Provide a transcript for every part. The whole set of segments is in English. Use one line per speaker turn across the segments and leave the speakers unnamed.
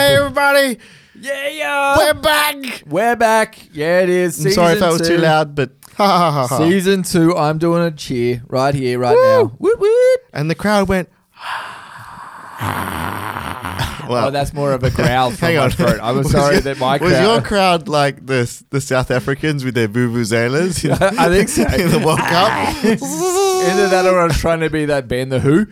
everybody.
Yeah, yeah.
We're back.
We're back. Yeah, it is.
I'm sorry if
Season
that was too
two.
loud, Uh-huh. but ha ha ha ha.
Season two. I'm doing a cheer right here, right now. Oh, Woot woot.
And the crowd went. well,
Oh, that's more of a growl from
hang
my
on.
throat. I'm
Was
sorry
your-
that my
was your
crowd.
crowd like the the South Africans with their vuvuzelas. in-
I think so.
in the World Cup.
Either that or I was trying to be that band, The Who.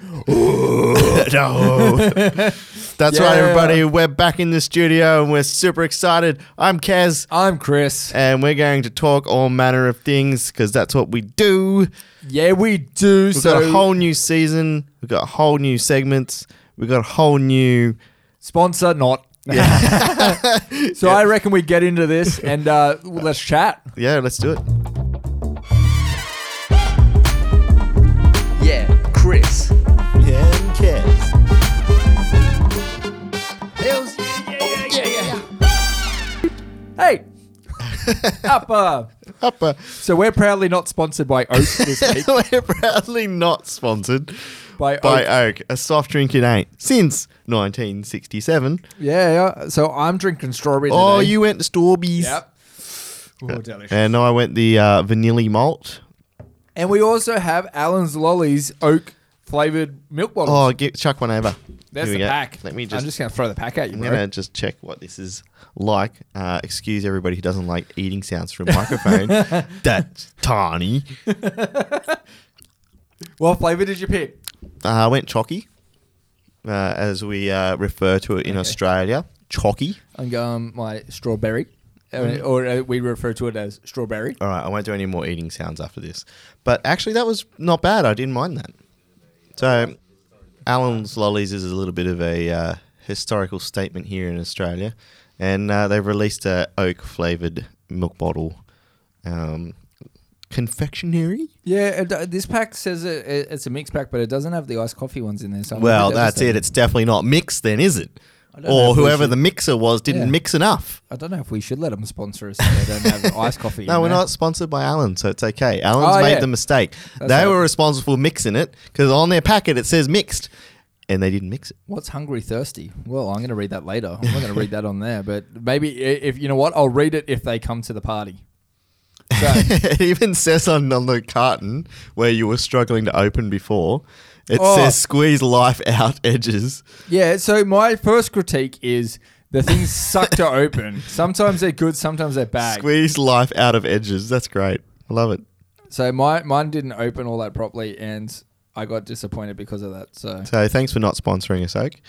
no. That's right,
Yeah.
everybody. We're back in the studio and we're super excited. I'm Kaz.
I'm Chris.
And we're going to talk all manner of things because that's what we do.
Yeah, we do.
We've
so
got a whole new season. We've got a whole new segments. We've got a whole new.
sponsor not.
Yeah,
So I reckon we get into this and uh, let's chat.
yeah let's do it.
Yeah, Chris.
Yeah, Kaz.
Hey. Up. Uh,
Upper.
so we're proudly not sponsored by Oak this week.
we're proudly not sponsored
By,
by
Oak.
Oak, a soft drink in eight since 1967.
Yeah, yeah. So I'm drinking strawberry.
Oh,
today.
you went to Storby's.
eh? Yep. Oh, delicious.
And I went the uh, vanilla malt.
And we also have Alan's Lollies oak flavored milk bottle.
Oh, get, chuck one over.
There's
Here we
the
go.
pack.
Let me
I'm
just
just gonna throw the pack at you,
I'm
bro.
gonna just check what this is like. Uh, excuse everybody who doesn't like eating sounds from a microphone. That's tiny.
What flavor did you pick?
Uh, I went chocky, uh, as we uh, refer to it in Australia. Chocky.
I'm going my strawberry, or, or uh, we refer to it as strawberry.
All right, I won't do any more eating sounds after this. But actually, that was not bad. I didn't mind that. So, Alan's Lollies is a little bit of a uh, historical statement here in Australia, and uh, they've released a oak flavored milk bottle. Um, confectionery
Yeah, it, uh, this pack says it, it, it's a mixed pack, but it doesn't have the iced coffee ones in there. So I'm a
Well,
bit
that's it.
devastated.
It's definitely not mixed, then, is it?
I don't know
Or
if we
whoever
should-
the mixer was didn't
Yeah.
mix enough.
I don't know if we should let them sponsor us. If they don't have iced coffee.
No,
in
we're
there.
not sponsored by Allen, so it's okay. Allen's
Oh,
made
yeah.
the mistake.
That's
they
right.
were responsible for mixing it because on their packet it says mixed, and they didn't mix it.
What's hungry thirsty? Well, I'm going to read that later. I'm not going to read that on there, but maybe i- if you know what, I'll read it if they come to the party. So,
it even says on, on the carton where you were struggling to open before. It
Oh.
says squeeze life out edges.
yeah. So my first critique is the things suck to open. Sometimes they're good, sometimes they're bad.
Squeeze life out of edges. That's great. I love it.
So my mine didn't open all that properly, and I got disappointed because of that. So
So thanks for not sponsoring us, Oak.
it,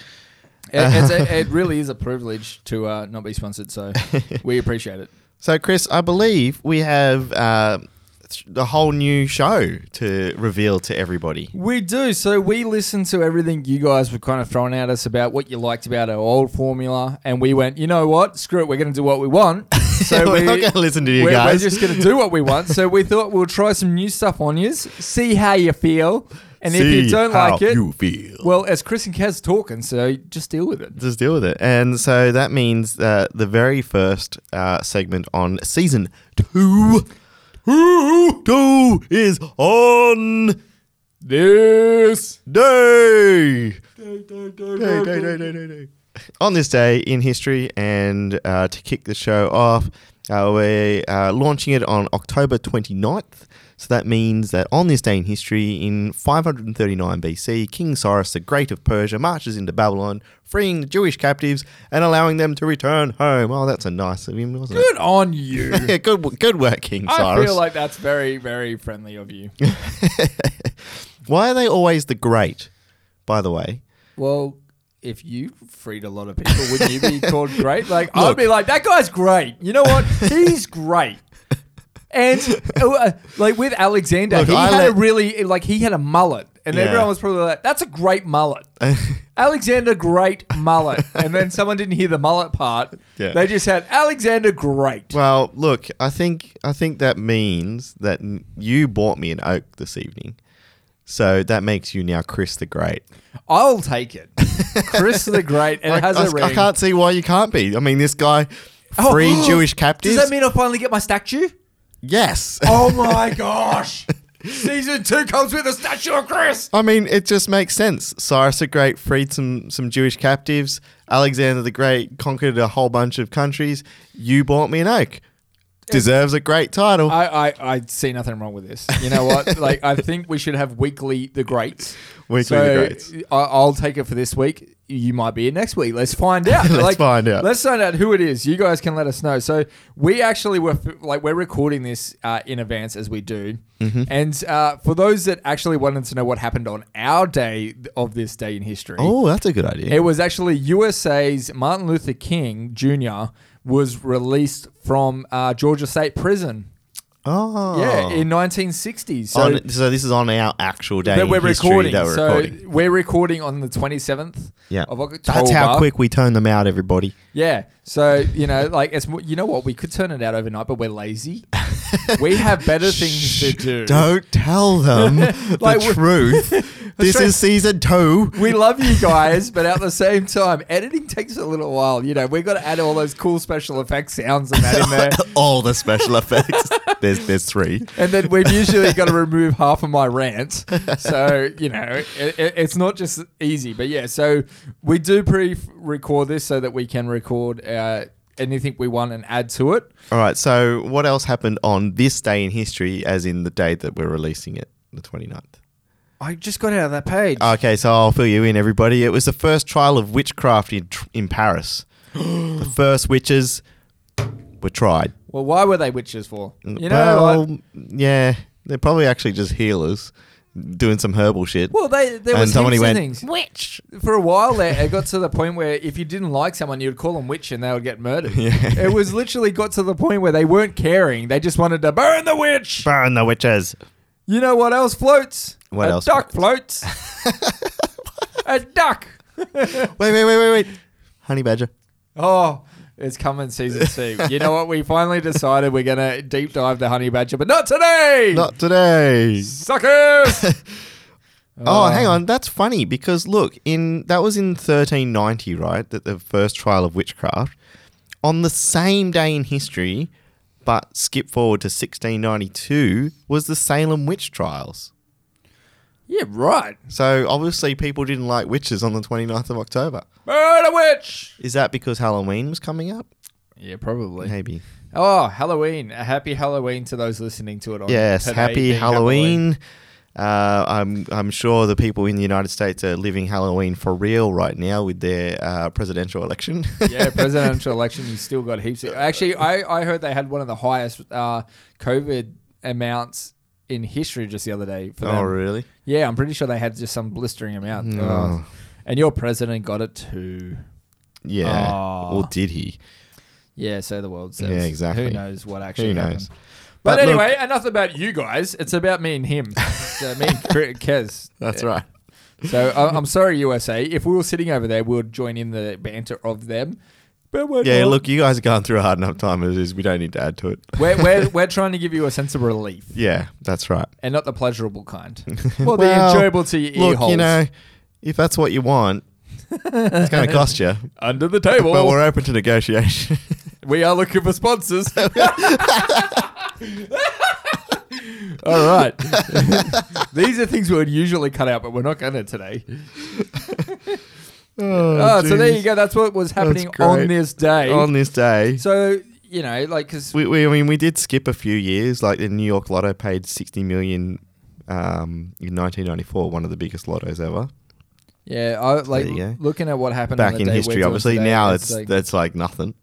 it's a, it really is a privilege to uh, not be sponsored. So we appreciate it.
So, Chris, I believe we have uh, th- the whole new show to reveal to everybody.
We do. So we listened to everything you guys were kind of throwing at us about what you liked about our old formula, and we went, you know what? Screw it. We're going to do what we want. So
we're
we,
not going to listen to you
we're, we're
guys.
just going to do what we want. So we thought we'll try some new stuff on you, see how you feel, and if you
See
don't
how
like it,
you feel.
well, as Chris and Kaz talking, so just deal with it.
Just deal with it. And so that means uh, the very first uh, segment on season two, two, two is on
This.
day. Day, day, day, day, day, day. On this day in history, and uh, to kick the show off, uh, we're uh, launching it on October 29th. So that means that on this day in history, in 539 BC, King Cyrus the Great of Persia marches into Babylon, freeing the Jewish captives and allowing them to return home. Oh, that's a nice of him, wasn't
Good on you.
it? Yeah, good, w- good work, King
I
Cyrus.
feel like that's very, very friendly of you.
Why are they always the great? By the way,
Well, if you freed a lot of people, wouldn't you be called great? Like, I'd
Look.
be like, that guy's great. You know what? He's great. And uh, like with Alexander,
Look,
he
I
had a
let-
really like he had a mullet, and
Yeah.
everyone was probably like, "That's a great mullet." Alexander, great mullet. And then someone didn't hear the mullet part.
Yeah.
They just had Alexander, great.
Well, look, I think I think that means that n- you bought me an oak this evening, so that makes you now Chris the Great.
I'll take it. Chris the Great, and
I,
it has
I-
a ring.
I can't see why you can't be. I mean, this guy
Oh,
free Jewish captives.
Does that mean I'll finally get Oh my statue?
yes?
Oh my gosh. Season two comes with a statue of Chris.
I mean, it just makes sense. Cyrus the Great freed some, some Jewish captives. Alexander the Great conquered a whole bunch of countries. You bought me an oak. Deserves a great title.
I, I, I see nothing wrong with this. You know what? like, I think we should have weekly the greats.
Weekly
So,
the greats.
I, I'll take it for this week. You might be it next week. Let's find out.
Let's find out.
Let's find out who it is. You guys can let us know. So we actually were f- like we're recording this uh, in advance as we do. And uh, for those that actually wanted to know what happened on our day of this day in history,
Oh, that's a good idea.
it was actually USA's Martin Luther King Jr. was released from uh, Georgia State Prison.
oh.
Yeah, in 1960s. So
On- So, this is on our actual day
that
in
we're
history
recording.
that we're
so
recording.
we're recording on the 27th
Yeah.
of October.
That's how quick we turn them out, everybody.
Yeah. So, you know, like it's mo- you know what, we could turn it out overnight, but we're lazy. we have better things to do.
Don't tell them
Like,
the
we-
truth. this
right.
is season two.
We love you guys, but at the same time, editing takes a little while. You know, we've got to add all those cool special effects sounds and that in there.
All the special effects. there's there's three.
And then we've usually got to remove half of my rant. So, you know, it, it, it's not just easy. But yeah, so we do pre record this so that we can record uh, anything we want and add to it.
All right. So what else happened on this day in history, as in the day that we're releasing it, the 29th?
I just got out of that page.
Okay, so I'll fill you in, everybody. It was the first trial of witchcraft in tr- in Paris. the first witches were tried.
well, why were they witches for? You know,
well,
like,
yeah, they're probably actually just healers doing some herbal shit.
well, they there
and
was
somebody
heaps of
went
things.
witch.
for a while there, it got to the point where if you didn't like someone, you'd call them witch and they would get murdered.
Yeah.
It was literally got to the point where they weren't caring. They just wanted to burn the witch.
Burn the witches.
You know what else floats?
What
a
else
duck floats. a duck.
Wait, wait, wait, wait, wait. Honey badger.
Oh, it's coming season two. You know what? We finally decided we're gonna deep dive the honey badger, but not today.
Not today.
Suckers.
Oh,
Um,
hang on. That's funny because look, in that was in 1390, right? That the first trial of witchcraft on the same day in history, but skip forward to 1692 was the Salem witch trials.
Yeah, right.
So obviously people didn't like witches on the 29th of October.
Murder witch.
Is that because Halloween was coming up?
Yeah, probably.
Maybe.
Oh, Halloween. A happy Halloween to those listening to it on
Yes,
Oh, today
happy
being
Halloween. Uh, I'm I'm sure the people in the United States are living Halloween for real right now with their uh, presidential election.
yeah, presidential election, you still got heaps of. Actually, I, I heard they had one of the highest uh, COVID amounts in history just the other day. For
oh,
them.
really?
Yeah, I'm pretty sure they had just some blistering amount.
No.
Oh. And your president got it too.
Yeah.
Aw.
Or did he?
Yeah, so the world says.
Yeah, exactly.
Who knows what actually
Who
happened.
knows?
But,
But look-
anyway, enough about you guys. It's about me and him. so me and Cri- Kez.
That's
Yeah.
right.
So I, I'm sorry, USA. If we were sitting over there, we would join in the banter of them. But we're
Yeah,
not.
look, you guys are going through a hard enough time as is. We don't need to add to it.
We're, we're, we're trying to give you a sense of relief
Yeah, that's right.
and not the pleasurable kind. Well, the
Well,
enjoyable to your ear
Look,
holes.
you know, if that's what you want, it's going to cost you.
Under the
But
table,
we're open to negotiation.
we are looking for sponsors. All right. These are things we would usually cut out, but we're not going to today.
oh,
Oh, so there you eh?
Jesus.
go. That's what was happening
great.
on this day.
On this day,
so, you know, like, because
we, we, I mean, we did skip a few years. Like the New York Lotto paid sixty million um, in 1994, one of the biggest lottos ever.
Yeah, I like
you go.
looking at what happened on
Back
the
in
day we're
history,
doing
obviously.
today,
now it's
like,
that's like nothing.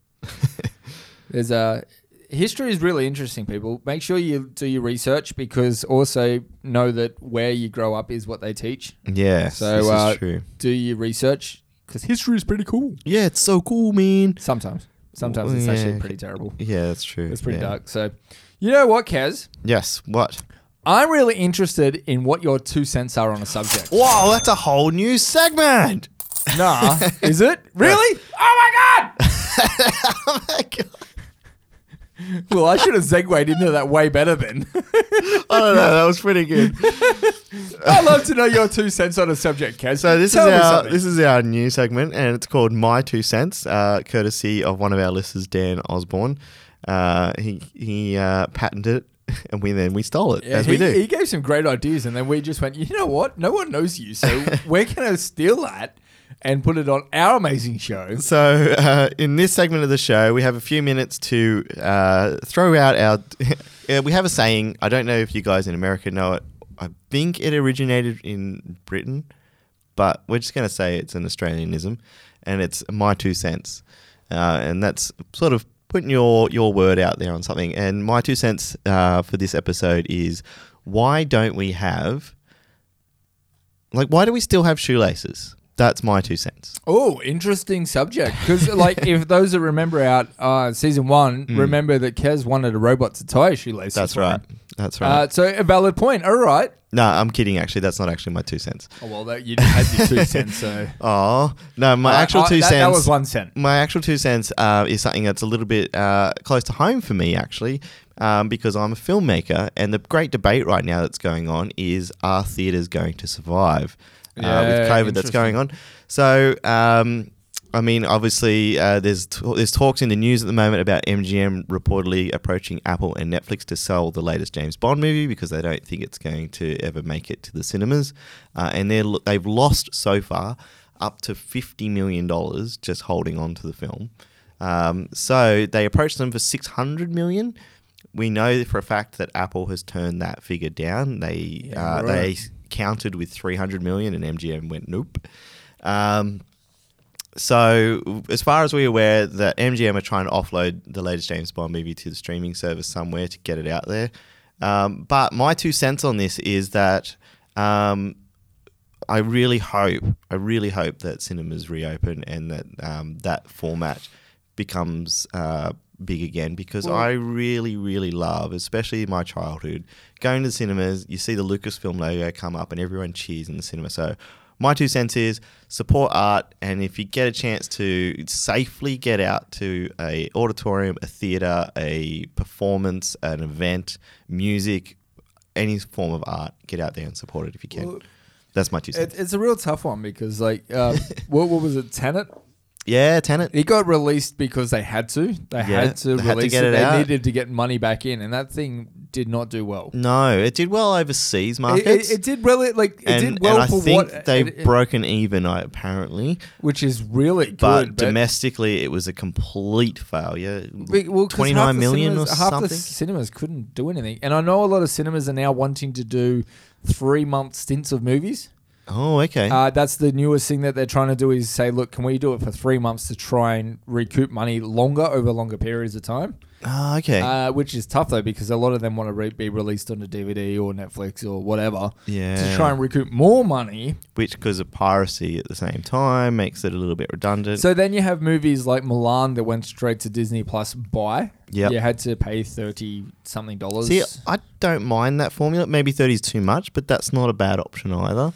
there's a history is really interesting. People, make sure you do your research because also know that where you grow up is what they teach.
Yeah,
So,
this
uh,
is true.
Do your research because history is pretty cool.
Yeah, it's so cool, man.
Sometimes, sometimes it's
Yeah.
actually pretty terrible.
Yeah, that's true.
It's pretty
Yeah.
dark. So, you know what, Kaz?
Yes. What?
I'm really interested in what your two cents are on a subject.
Wow, that's a whole new segment.
nah, is it really? Oh my god!
Oh my god.
Well, I should have segued into that way better then.
I don't know. That was pretty good.
I'd love to know your two cents on a subject, Kaz.
So this
Tell me
is our
something.
this is our new segment, and it's called My Two Cents, uh, courtesy of one of our listeners, Dan Osborne. Uh, he he uh, patented it and we then we stole it
Yeah,
as
he,
we do.
he gave some great ideas, and then we just went, you know what? No one knows you, so we're going to steal that and put it on our amazing show.
So, uh, in this segment of the show, we have a few minutes to uh, throw out our. Yeah, we have a saying. I don't know if you guys in America know it. I think it originated in Britain, but we're just going to say it's an Australianism, and it's my two cents, uh, and that's sort of putting your your word out there on something. And my two cents uh, for this episode is why don't we have like why do we still have shoelaces? That's my two cents.
Oh, interesting subject. Because, like, if those that remember out uh, season one, remember that Kez wanted a robot to tie his shoelaces.
Mm. That's
for him.
right. That's right.
Uh, so, a valid point. All right.
no, I'm kidding. Actually, that's not actually my two cents.
Oh, well, that, you didn't have your two cents, so.
Oh no, my
Uh,
actual
uh,
two
that,
cents.
That was one cent.
My actual two cents uh, is something that's a little bit uh, close to home for me, actually, um, because I'm a filmmaker, and the great debate right now that's going on is are theaters going to survive uh,
Yeah,
with COVID that's going on? So, um, I mean, obviously, uh, there's t- there's talks in the news at the moment about MGM reportedly approaching Apple and Netflix to sell the latest James Bond movie because they don't think it's going to ever make it to the cinemas, uh, and they're l- they've lost so far up to fifty million dollars just holding on to the film. Um, so they approached them for six hundred million. We know for a fact that Apple has turned that figure down. They
Yeah,
uh,
right.
they countered with three hundred million, and MGM went nope. Um, so, as far as we're aware, that MGM are trying to offload the latest James Bond movie to the streaming service somewhere to get it out there. Um, but my two cents on this is that um, I really hope, I really hope that cinemas reopen and that um, that format becomes uh, big again because
Well-
I really, really love, especially in my childhood, going to the cinemas. You see the Lucasfilm logo come up and everyone cheers in the cinema. So my two cents is support art, and if you get a chance to safely get out to a auditorium, a theater, a performance, an event, music. Any form of art, get out there and support it if you can.
Well,
That's my two cents.
It, it's a real tough one because, like, uh, what, what was it, Tenet?
yeah, Tenet.
It got released because they had to. They had to
they had to
release
get
it.
it
They
out.
needed to get money back in, and that thing did not do well.
No, it did well overseas
It,
markets.
it, it did really like it
and,
did well
and I
for
think
what
they've
it- it-
broken even, I apparently.
which is really
But,
good.
domestically, it was a complete failure.
Be- well, 'cause half
29
the
million
cinemas,
or
half
something.
the cinemas couldn't do anything, and I know a lot of cinemas are now wanting to do three month stints of movies.
oh, okay.
Uh, that's the newest thing that they're trying to do is say, look, can we do it for three months to try and recoup money longer over longer periods of time?
Ah, okay.
Uh, which is tough though because a lot of them want to re- be released on a DVD or Netflix or whatever to
Yeah.
try and recoup more money.
Which, because of piracy at the same time, makes it a little bit redundant.
So then you have movies like Milan that went straight to Disney Plus buy.
Yep.
you had to pay thirty something dollars.
See, I don't mind that formula. Maybe 30 is too much, but that's not a bad option either.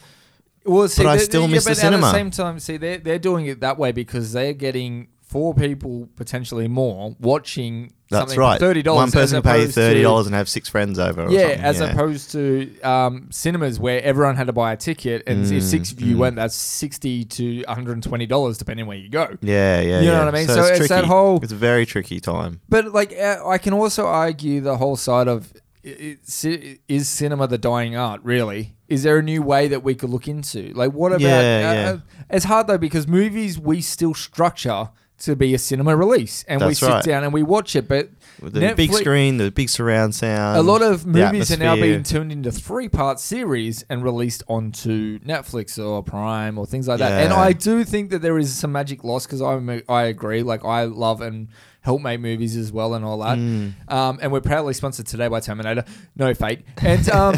Well, see,
I
they-
still
yeah,
miss the
but At
cinema.
the same time, see, they're, they're doing it that way because they're getting four people, potentially more, watching
That's
something
right.
for $30.
One
as
person can pay
opposed to-
$30 and have six friends over. Or
Yeah,
something.
as opposed to um, cinemas where everyone had to buy a ticket, and
Mm,
if six of you went, that's sixty to one hundred and twenty dollars, depending where you go.
Yeah, yeah.
You know
yeah.
what I mean? So it's that
tricky.
whole-
It's a very tricky time.
But like, uh, I can also argue the whole side of i- i- ci- is cinema the dying art? Really? Is there a new way that we could look into? Like, what about?
Yeah,
uh,
yeah.
uh, it's hard though because movies we still structure to be a cinema release, and we
That's
sit
right.
down and we watch it. But
With The big
Netflix-
screen, the big surround sound.
a lot of
Um, the
movies are now
atmosphere.
being turned into three part series and released onto Netflix or Prime or things like that. And
Yeah.
I do think that there is some magic lost because I I agree. Like I love and help make movies as well and all that.
Mm.
Um, and we're proudly sponsored today by Terminator. No fake. And um,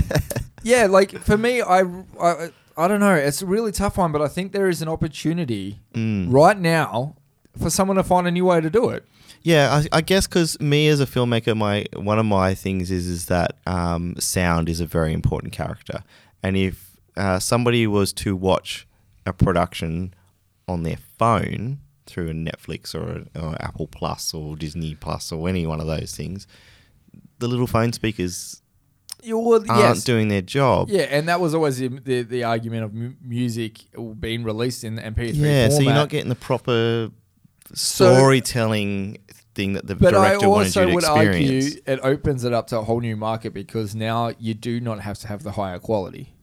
yeah, like for me, I. I I don't know. It's a really tough one, but I think there is an opportunity
Mm.
right now for someone to find a new way to do it.
Yeah, I, I guess because me as a filmmaker, my one of my things is is that um, sound is a very important character, and if uh, somebody was to watch a production on their phone through a Netflix or, a, or Apple Plus or Disney Plus or any one of those things, the little phone speakers
You would,
aren't doing their job.
Yeah, and that was always the the, the argument of mu- music being released in the MP3
Yeah,
format.
so you're not getting the proper
So-
storytelling thing that the
But I
director wanted you
also
to
would
experience.
argue it opens it up to a whole new market because now you do not have to have the higher quality.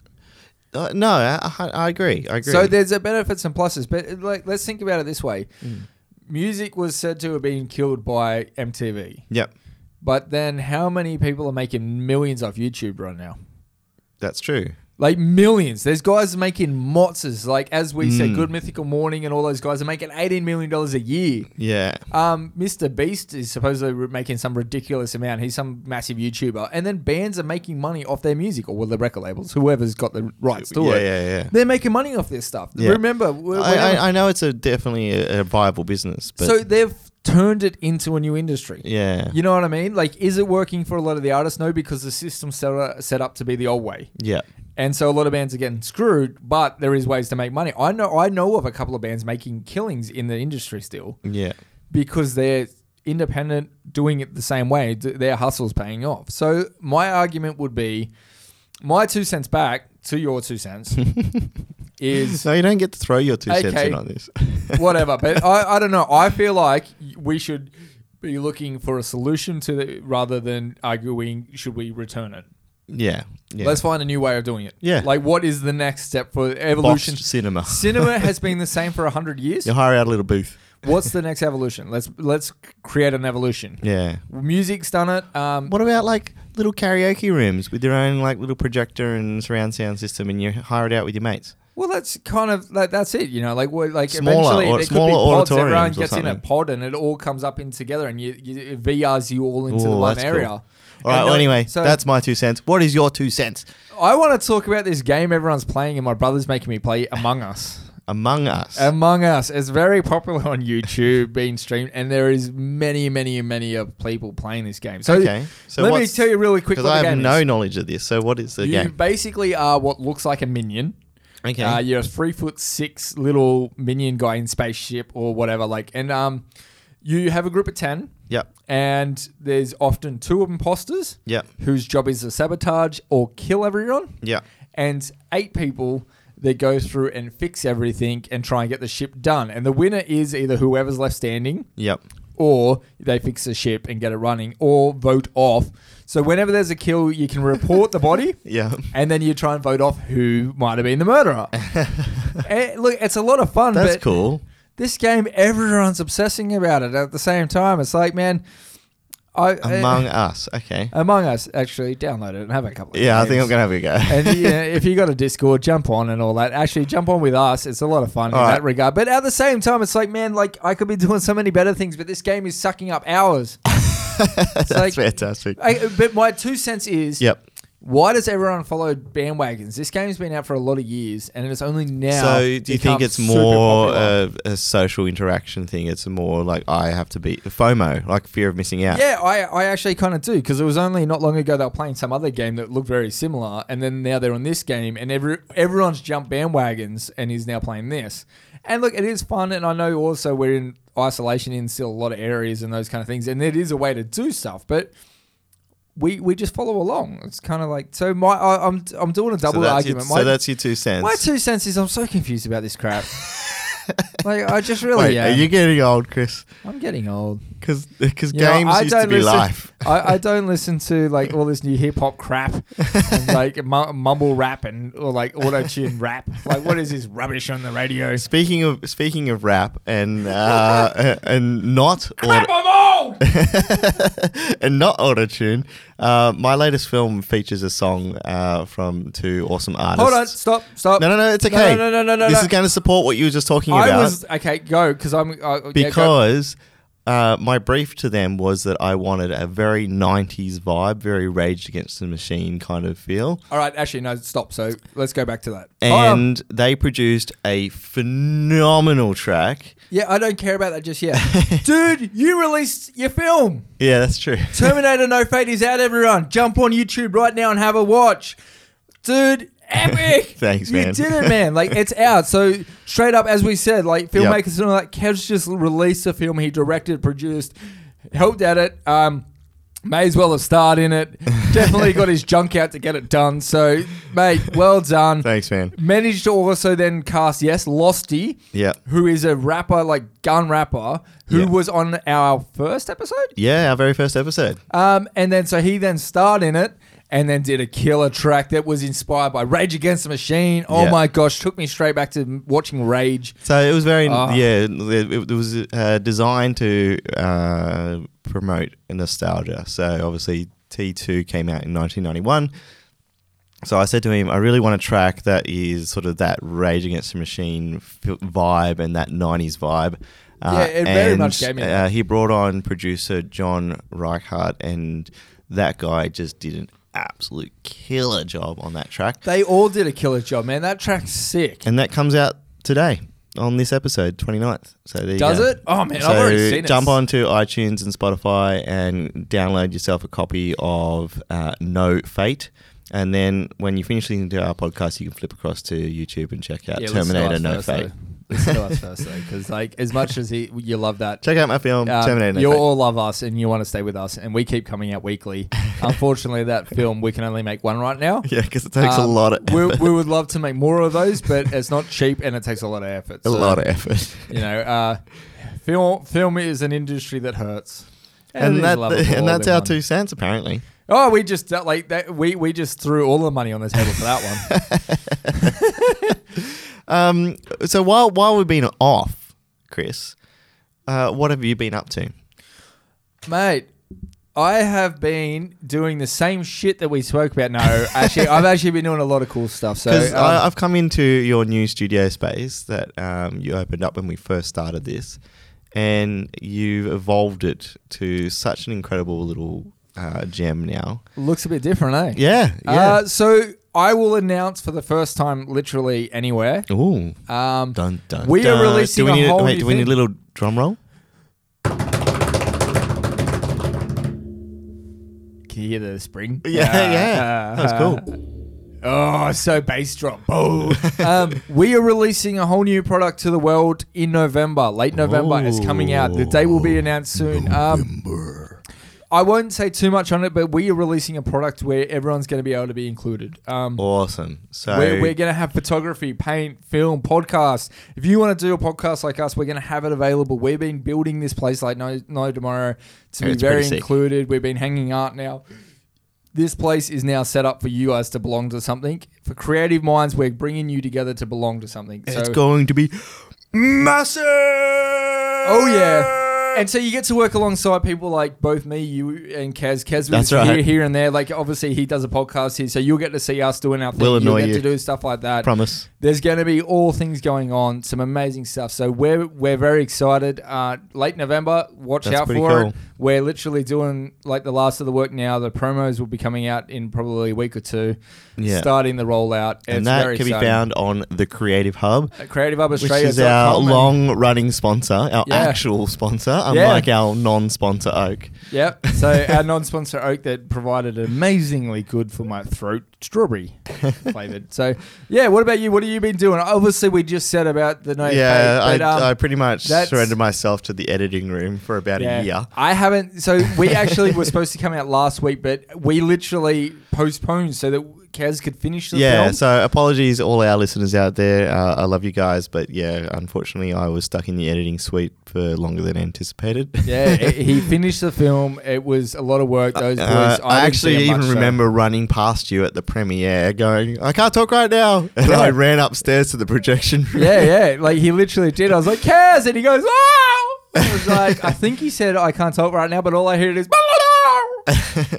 Uh, no, I, I, I agree. I agree.
So there's a benefits and pluses, but like let's think about it this way:
Mm.
music was said to have been killed by MTV,
yep,
but then how many people are making millions off YouTube right now?
that's true.
Like millions. There's guys making motzes, like as we said,
Mm.
Good Mythical Morning and all those guys are making eighteen million dollars a year.
Yeah,
Um, Mr. Beast is supposedly re- making some ridiculous amount. He's some massive YouTuber, and then bands are making money off their music, or well, the record labels, whoever's got the rights to
yeah,
it.
yeah, yeah.
They're making money off this stuff.
Yeah.
Remember, we're-
I,
we're-
I, I know it's a definitely a, a viable business, but
so they've turned it into a new industry.
yeah,
You know what I mean? Like, is it working for a lot of the artists? No, because the system's set, set up to be the old way.
yeah,
And so a lot of bands are getting screwed, but there is ways to make money. I know I know of a couple of bands making killings in the industry still
yeah,
because they're independent, doing it the same way. D- Their hustle's paying off. So my argument would be, my two cents back to your two cents is
So you don't get to throw your two cents
Okay.
in on this.
whatever. But I, I don't know. I feel like we should be looking for a solution to the rather than arguing should we return it.
yeah, yeah.
Let's find a new way of doing it.
Yeah.
Like what is the next step for evolution?
Botched cinema.
Cinema has been the same for hundred years.
You hire out a little booth.
What's the next evolution? Let's let's create an evolution.
Yeah.
Music's done it. Um,
What about like little karaoke rooms with their own like little projector and surround sound system, and you hire it out with your mates?
well, that's kind of like that's it. You know, like we like
Smaller
eventually
or-
there could be
smaller
pods. Everyone
auditoriums or
gets in a
something.
pod and it all comes up in together, and you, you it VRs you all into the
Ooh,
one
that's
area.
cool. All right.
And
Well,
like-
anyway,
so-
that's my two cents. What is your two cents?
I want to talk about this game everyone's playing, and my brother's making me play Among Us.
Among Us.
Among Us is very popular on YouTube, being streamed, and there is many, many, many of people playing this game. So,
okay. So
let me
what's-
tell you really quick.
Because
what
I
the
have
game
no
is.
knowledge of this. So what is the
You
game?
basically are what looks like a minion.
Okay.
Uh, you're a three foot six little minion guy in spaceship or whatever. Like, and um, you have a group of ten,
yep.
and there's often two imposters
Yep.
whose job is to sabotage or kill everyone
Yep.
and eight people that go through and fix everything and try and get the ship done. And the winner is either whoever's left standing
Yep.
or they fix the ship and get it running or vote off. So whenever there's a kill, you can report the body
Yeah.
and then you try and vote off who might have been the murderer. Eh, look, it's a lot of fun.
That's
but
cool.
This game, everyone's obsessing about it at the same time. It's like, man, I
Among
eh,
Us. Okay.
Among Us actually download it and have a couple. Of
Yeah, I think
games.
I'm gonna have a go.
and yeah, if you got a Discord, jump on and all that. Actually, jump on with us. It's a lot of fun in
All right.
that regard. But at the same time, it's like, man, like I could be doing so many better things, but this game is sucking up hours.
That's
like-
fantastic.
I, but my two cents is,
yep.
why does everyone follow bandwagons? This game's been out for a lot of years, and it's only now.
So do you think
become
it's
super
more uh,
popular.
a, a social interaction thing? It's more like I have to be FOMO, like fear of missing out.
Yeah, I, I actually kind of do because it was only not long ago they were playing some other game that looked very similar, and then now they're on this game, and every everyone's jumped bandwagons and is now playing this. And look, it is fun, and I know also we're in isolation in still a lot of areas and those kind of things, and it is a way to do stuff, but. We, we just follow along. It's kind of like so. My I, I'm I'm doing a
So
double
that's, your,
argument.
so
my,
that's your two cents.
my two cents is I'm so confused about this crap. like I just really
Wait,
am.
are you getting old, Chris?
I'm getting old.
Because games
You know, I
used to
don't
be
listen-
life.
I, I don't listen to like all this new hip hop crap, and, like mu- mumble rap and or like auto tune rap. Like what is this rubbish on the radio?
Speaking of speaking of rap and uh, and not
Crap,
auto,
I'm old.
and not autotune, uh, my latest film features a song uh, from two awesome artists.
Hold on, stop, stop.
No, no, no, it's
No,
okay.
no, no, no, no.
This
no.
is going to support what you were just talking
I
about.
was okay. Go because I'm uh, yeah, go.
because uh, my brief to them was that I wanted a very 90s vibe, very Rage Against the Machine kind of feel.
All right, actually no, stop. So let's go back to that. Oh,
And they produced a phenomenal track.
yeah, I don't care about that just yet, dude. You released your film.
Yeah, that's true.
Terminator No Fate is out, everyone. Jump on YouTube right now and have a watch. Dude, epic.
Thanks,
you
man.
did it, man. Like, it's out. So, straight up, as we said, like, filmmakers and all that, Kev's just released a film he directed, produced, helped at it. Um, May as well have starred in it. Definitely got his junk out to get it done. So, mate, well done.
Thanks, man.
Managed to also then cast, yes, Losty,
Yeah.
who is a rapper, like gun rapper, who
Yeah.
was on our first episode.
Yeah, our very first episode.
Um, and then so he then starred in it and then did a killer track that was inspired by Rage Against the Machine. Oh
Yeah.
my gosh, took me straight back to watching Rage.
So it was very,
Ah.
yeah, it, it was uh, designed to uh, promote nostalgia. So obviously, T2 came out in 1991. So I said to him, I really want a track that is sort of that Rage Against the Machine f- vibe and that 90s vibe.
Yeah, it very much gave me that.
Uh, he brought on producer John Reichart, and that guy just did an absolute killer job on that track.
They all did a killer job, man. That track's sick.
And that comes out today on this episode, 29th. So there you
Does
go.
it? Oh man,
so
I've already seen it.
jump onto iTunes and Spotify and download yourself a copy of uh, No Fate. And then when you finish listening to our podcast, you can flip across to YouTube and check out
Yeah, listen to
Terminator
us
No
first,
Fate.
though. Listen to us first though, because like as much as he, you love that
Check out my film,
Um,
Terminator No
you
Fate.
all love us and you want to stay with us, and we keep coming out weekly. Unfortunately, that film we can only make one right now.
yeah, because it takes a
Um,
lot of effort.
We, we would love to make more of those, but it's not cheap and it takes a lot of effort.
a
So,
lot of effort.
you know, uh, film film is an industry that hurts.
And, that,
Everything's lovable,
and that's
all
our
that
two
one.
cents, apparently.
Oh, we just that, like that. We we just threw all the money on the table for that one.
Um, so while, while we've been off, Chris, uh, what have you been up to?
Mate, I have been doing the same shit that we spoke about. No, actually, I've actually been doing a lot of cool stuff. So,
Because
um,
I've come into your new studio space that um, you opened up when we first started this, and you've evolved it to such an incredible little uh, gem now.
looks a bit different, eh?
Yeah, yeah.
Uh, so I will announce for the first time, literally anywhere.
Ooh,
Um,
dun dun.
We are
dun.
releasing
do
a
we need
whole
wait,
new
Do we need
thing.
a little drum roll?
can you hear the spring?
Yeah,
Uh,
yeah. That was
cool. Oh, so bass drop. Boom. um, we are releasing a whole new product to the world in November, late November. It's coming out. The day will be
Oh,
announced soon. Um, I won't say too much on it, but we are releasing a product where everyone's going to be able to be included. Um,
Awesome. So
We're, we're going to have photography, paint, film, podcast. If you want to do a podcast like us, we're going to have it available. We've been building this place like no, no tomorrow to
Yeah,
be
it's
very
pretty sick.
included. We've been hanging out now. This place is now set up for you guys to belong to something. For creative minds, we're bringing you together to belong to something. So,
it's going to be massive.
oh yeah. And so you get to work alongside people like both me, you, and Kaz. Kaz was
That's right.
here, here and there. Like obviously he does a podcast here, so you'll get to see us doing our thing.
We'll
you'll
annoy
get
you.
to do stuff like that.
Promise.
There's going to be all things going on, some amazing stuff. So we're we're very excited. Uh, late November, watch
That's
out for
pretty cool.
it. We're literally doing like the last of the work now. The promos will be coming out in probably a week or two.
Yeah.
starting the rollout.
And
It's
that
very
can be
exciting.
found on the Creative Hub.
at creativehubaustralia.com.
which is our
and-
long-running sponsor, our
Yeah.
actual sponsor, unlike our non-sponsor Oak.
Yep. So our non-sponsor oak that provided amazingly good for my throat strawberry flavored. So yeah, what about you? What have you been doing? Obviously, we just said about the no.
yeah,
fake, but,
I,
um,
I pretty much
that's-
surrendered myself to the editing room for about a year.
I haven't. So we actually were supposed to come out last week, but we literally postponed so that Kaz could finish the
Yeah,
film.
so apologies all our listeners out there. Uh, I love you guys, but yeah, unfortunately, I was stuck in the editing suite for longer than anticipated.
yeah, he he finished the film. It was a lot of work. Those boys.
Uh, I,
didn't
actually
see it
even
much, so-
remember running past you at the premiere, going, "I can't talk right now," and
Yeah.
I ran upstairs to the projection room.
Yeah, yeah. Like he literally did. I was like, Kaz, and he goes, oh! I was like, I think he said I can't talk right now, but all I heard is. "Blah, blah, blah."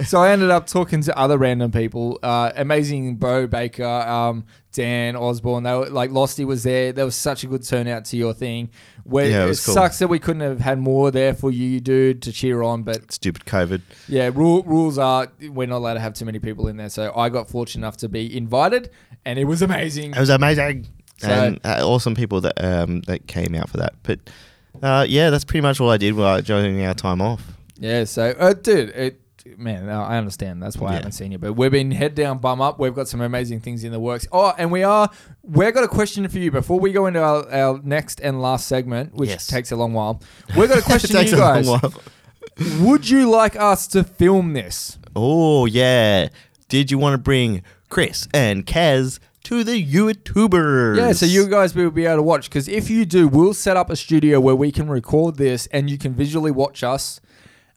so I ended up talking to other random people. Uh, amazing Bo Baker, um, Dan Osborne. They were, like Losty was there. There was such a good turnout to your thing. Where
Yeah, it
it,
was cool.
sucks that we couldn't have had more there for you, dude, to cheer on. But
Stupid COVID.
yeah, rule, rules are we're not allowed to have too many people in there. So I got fortunate enough to be invited, and it was amazing.
It was amazing.
So-
and uh, awesome people that um, that came out for that. But uh, yeah, that's pretty much all I did while during our time off.
Yeah, so uh, dude, it man, uh, I understand. That's why I
Yeah.
haven't seen you. But we've been head down, bum up. We've got some amazing things in the works. Oh, and we are. We've got a question for you before we go into our, our next and last segment, which
Yes.
takes a long while. We've got a question
It
for
takes
you
a long
guys.
while.
Would you like us to film this?
Oh, yeah. Did you want to bring Chris and Kaz to the YouTubers?
Yeah, so you guys will be able to watch because if you do, we'll set up a studio where we can record this and you can visually watch us.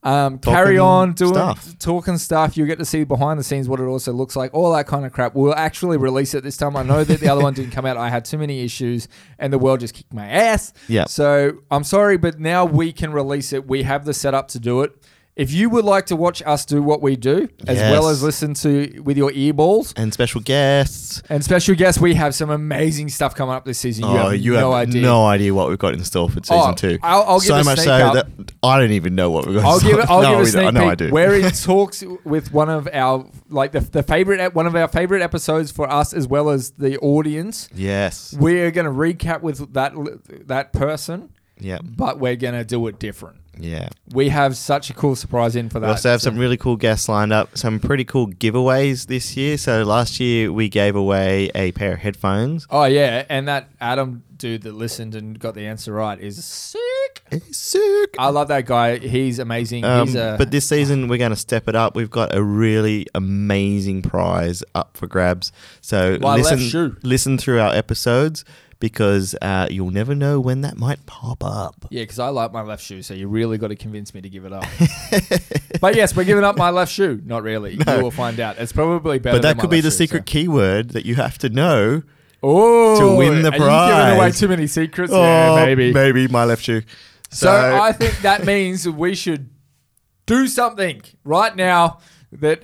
Um, carry
Talking
on doing
stuff.
talking stuff. You'll get to see behind the scenes what it also looks like, all that kind of crap. We'll actually release it this time. I know that the other one didn't come out. I had too many issues, and the world just kicked my ass.
Yeah.
So I'm sorry, but now we can release it. We have the setup to do it. If you would like to watch us do what we do, as well
Yes.
as listen to with your earballs,
And special guests.
and special guest, we have some amazing stuff coming up this season. You
oh,
have
you
no
have
idea.
no idea what we've got in store for season
Oh,
two.
I'll- I'll give
so
a
much
sneak
so
up.
that I don't even know what we've got.
I'll
in store.
give it. I'll
no,
give a
we
sneak
don't. no, I
peek.
do.
We're in talks with one of our like the, the favorite e, one of our favorite episodes for us as well as the audience.
yes.
We're gonna recap with that that person,
Yeah.
but we're gonna do it different.
Yeah.
We have such a cool surprise in for that.
We also have
so-
some really cool guests lined up, some pretty cool giveaways this year. So last year we gave away a pair of headphones.
Oh yeah, and that Adam dude that listened and got the answer right is sick.
Sick.
I love that guy. He's amazing.
Um,
He's a,
but this season we're going to step it up. We've got a really amazing prize up for grabs. So
My left shoe.
listen, listen through our episodes because uh, you'll never know when that might pop up.
Yeah, because I like my left shoe, so you really got to convince me to give it up. but yes, we're giving up my left shoe. Not really. You will find out. It's probably better.
But
than
that
my
could be
left
the
shoe,
secret keyword that you have to know.
So. Oh,
to win the
Are you giving away
prize. Oh,
too many secrets? yeah, maybe.
Maybe my left shoe. So,
So I think that means we should do something right now. That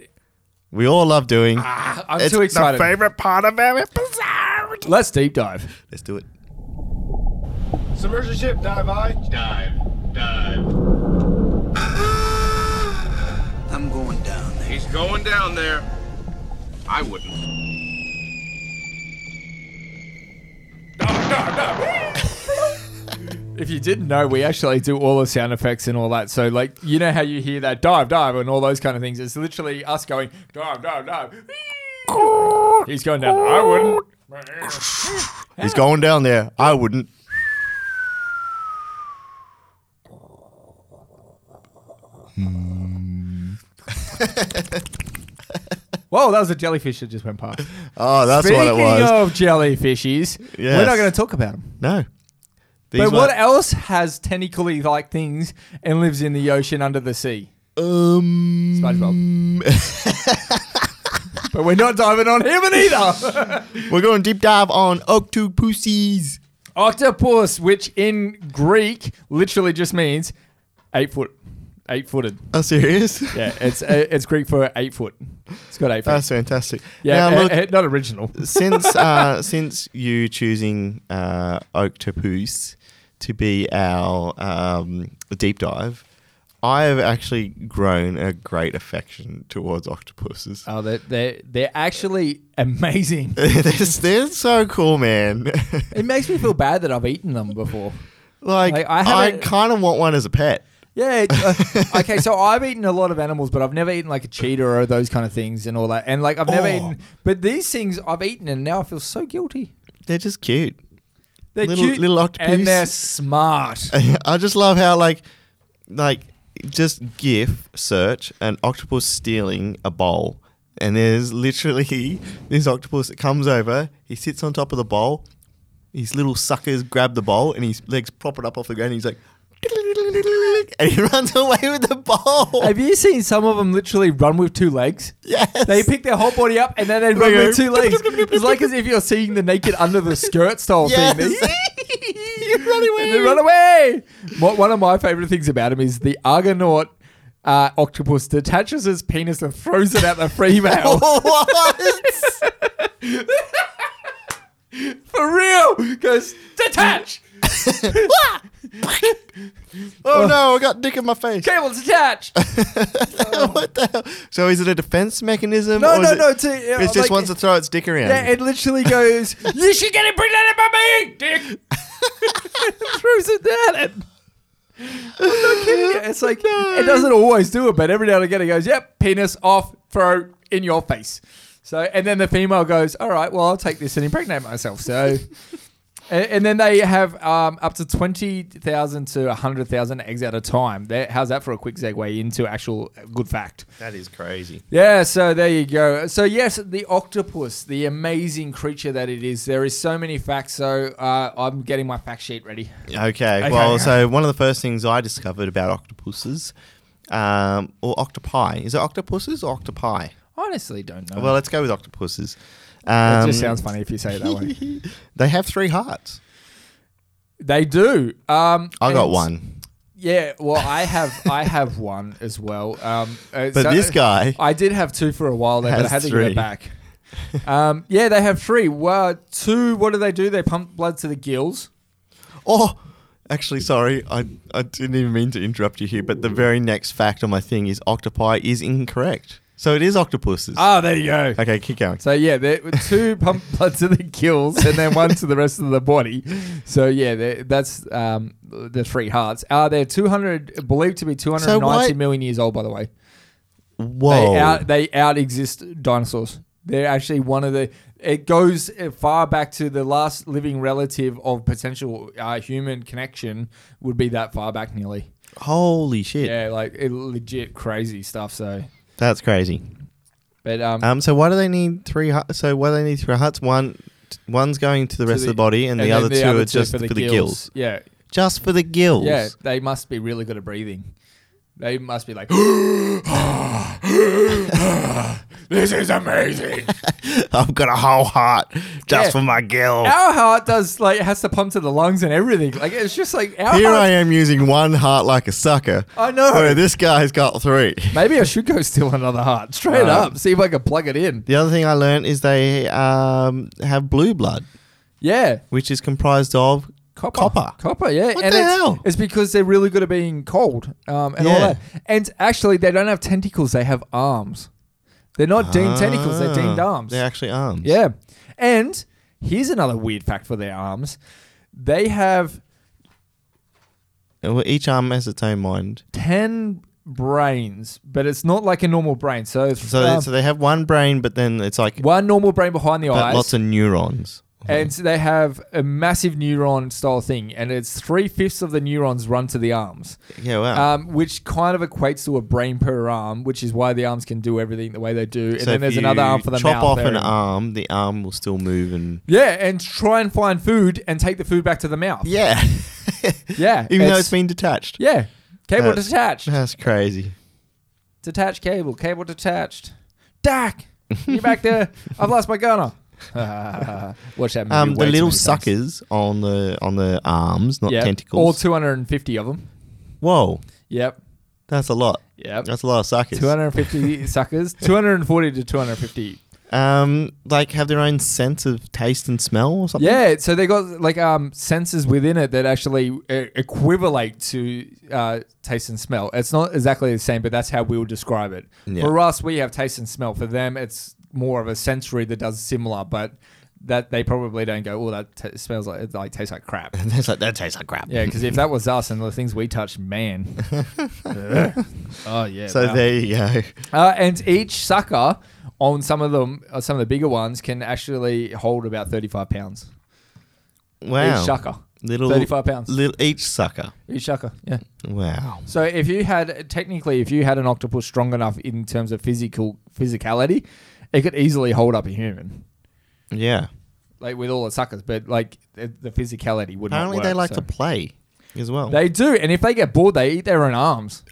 we all love doing.
ah, I'm
it's
too excited.
the favorite part of our episode.
Let's deep dive.
Let's do it.
Submersion ship, dive I. Dive, dive.
I'm going down there.
He's going down there. I wouldn't.
If you didn't know, we actually do all the sound effects and all that. So, like, you know how you hear that dive, dive, and all those kind of things. It's literally us going dive, dive, dive. He's going down. I wouldn't. Ah.
He's going down there. I wouldn't.
Whoa, that was a jellyfish that just went past.
Oh, that's
Speaking
what it was.
of jellyfishes, we're
Yes.
not going to talk about them.
no. These
But
were-
what else has tentacly like things and lives in the ocean under the sea?
Um,
SpongeBob. but we're not diving on him either.
we're going deep dive on octopuses.
Octopus, which in Greek literally just means eight foot, eight footed.
Are serious?
Yeah, it's uh, it's Greek for eight foot. It's got eight foot.
That's fantastic.
Yeah,
Now,
eh,
look,
eh, not original.
since uh, since you choosing uh, octopus to be our um, deep dive, I have actually grown a great affection towards octopuses.
Oh, they're they they're actually amazing.
they're, they're so cool, man.
It makes me feel bad that I've eaten them before.
like
Like, I
I,
haven't-
kind of want one as a pet.
Yeah. it- uh, okay, so I've eaten a lot of animals, but I've never eaten like a cheetah or those kind of things and all that. And like I've never
Oh.
eaten, but these things I've eaten, and now I feel so guilty.
They're just cute.
They're
Little-
cute
little octopus.
and they're smart.
I just love how like like just GIF search an octopus stealing a bowl. And there's literally this octopus that comes over, he sits on top of the bowl, his little suckers grab the bowl and his legs prop it up off the ground and he's like and he runs away with the bowl.
Have you seen some of them literally run with two legs?
yes.
They pick their whole body up and then they run
They go,
with two legs. It's like as if you're seeing the naked under the skirt style
yes.
thing. They-
you run away.
They run away. What, one of my favorite things about him is the Argonaut uh, octopus detaches his penis and throws it at the female.
What?
For real, goes detach.
oh no, I got dick in my face.
Cable detach.
what the hell? So is it a defense mechanism?
No,
or is
no,
it,
no. It's, a,
It just
like-
wants to throw its dick around.
Yeah, it literally goes. you should get it pregnant by me, dick. Throws it down. It. I'm not kidding. you. It's like it doesn't always do it, but every now and again it goes. Yep, penis off, throw in your face. So, and then the female goes, "All right, well, I'll take this and impregnate myself." So, And, and then they have um, up to 20,000 to 100,000 eggs at a time. There, how's that for a quick segue into actual good fact?
That is crazy.
Yeah, so there you go. So yes, the octopus, the amazing creature that it is. There is so many facts. So uh, I'm getting my fact sheet ready.
Okay.
Okay.
Well, so one of the first things I discovered about octopuses, um, or octopi, is it octopuses or octopi?
Honestly, don't know.
Well, let's go with octopuses.
it
Um,
just sounds funny if you say it that way.
They have three hearts.
They do. Um,
I got
and-
one.
Yeah. Well, I have. I have one as well. Um, uh,
But
so-
this guy-
I did have two for a while there, but I
Has
had to give
three.
it back. Um, yeah, they have three. Well, two. What do they do? They pump blood to the gills.
Oh, actually, sorry, I, I didn't even mean to interrupt you here, but the very next fact on my thing is octopi is incorrect. So it is octopuses.
Ah, there you go.
okay, keep going.
So yeah, there were two pump blood to the gills and then one to the rest of the body. So yeah, there- that's um, the three hearts. Uh, they're two hundred believed to be two hundred ninety million
why-
years old. By the way,
Whoa.
they out they out exist dinosaurs. They're actually one of the. It goes uh, far back to the last living relative of potential uh, human connection would be that far back nearly.
Holy shit.
Yeah, like it, legit crazy stuff. So,
That's crazy.
but um,
Um, so why do they need three? Hu- so why do they need three huts? One, one's going to the
to
rest of the body, and, the
then
other two are just for the, gills.
Yeah,
Just for the gills.
Yeah, they must be really good at breathing. They must be like, this is amazing.
I've got a whole heart just
Yeah.
for my gill.
Our heart does like has to pump to the lungs and everything. Like it's just like our
Here
heart.
I am using one heart like a sucker.
I know.
Where this guy's got three.
Maybe I should go steal another heart straight
Uh,
up. See if I can plug it in.
The other thing I learned is they um, have blue blood,
Yeah.
which is comprised of
Copper.
Copper.
Copper, yeah.
What
and
the
it's,
hell?
It's because they're really good at being cold um, and all
Yeah.
that. And actually, they don't have tentacles, they have arms. They're not deemed tentacles, they're deemed
Ah,
arms.
They're actually arms.
Yeah. And here's another weird fact for their arms. They have
Well, Each arm has its own mind.
10 brains, but it's not like a normal brain. So, it's,
So,
um,
they, so they have one brain, but then it's like
one normal brain behind the
but
eyes.
lots of neurons.
and so they have a massive neuron style thing, and it's three fifths of the neurons run to the arms,
Yeah, wow.
um, which kind of equates to a brain per arm, which is why the arms can do everything the way they do. And
So
then
if
there's
you
another arm for the
chop
mouth
off an
area.
arm, the arm will still move and
Yeah, and try and find food and take the food back to the mouth.
yeah,
Yeah,
even though
it's-
it's Uh, been detached.
Yeah. Cable
That's-
detached.
That's crazy.
Detached cable. Cable detached. Dak, you back there? I've lost my gunner. Watch that movie.
Um,
way
the
too
little
many times.
suckers on the on the arms, not
Yep. All
tentacles.
250 of them.
Whoa,
Yep.
that's a lot.
Yep.
That's a lot of suckers.
250 suckers. 240 to 250.
Um, like have their own sense of taste and smell or something.
Yeah, so they got like um sensors within it that actually uh, equivalent to uh, taste and smell. It's not exactly the same, but that's how we would describe it.
Yeah.
For us, we have taste and smell. For them, it's more of a sensory that does similar, but that they probably don't go. Oh, that t- smells like it like tastes like crap.
And it's like that tastes like crap.
Yeah, because if that was us and the things we touched, man. Ugh. oh yeah.
So
wow.
there you go.
Uh, and each sucker on some of them, uh, some of the bigger ones, can actually hold about thirty-five pounds.
Wow.
Each sucker.
Little
35 pounds.
Little each sucker.
Each sucker, yeah.
Wow.
So if you had technically, if you had an octopus strong enough in terms of physical physicality, it could easily hold up a human,
Yeah.
like with all the suckers. But like the, the physicality would
Apparently
not work.
they like
so.
to play as well.
They do, and if they get bored, they eat their own arms.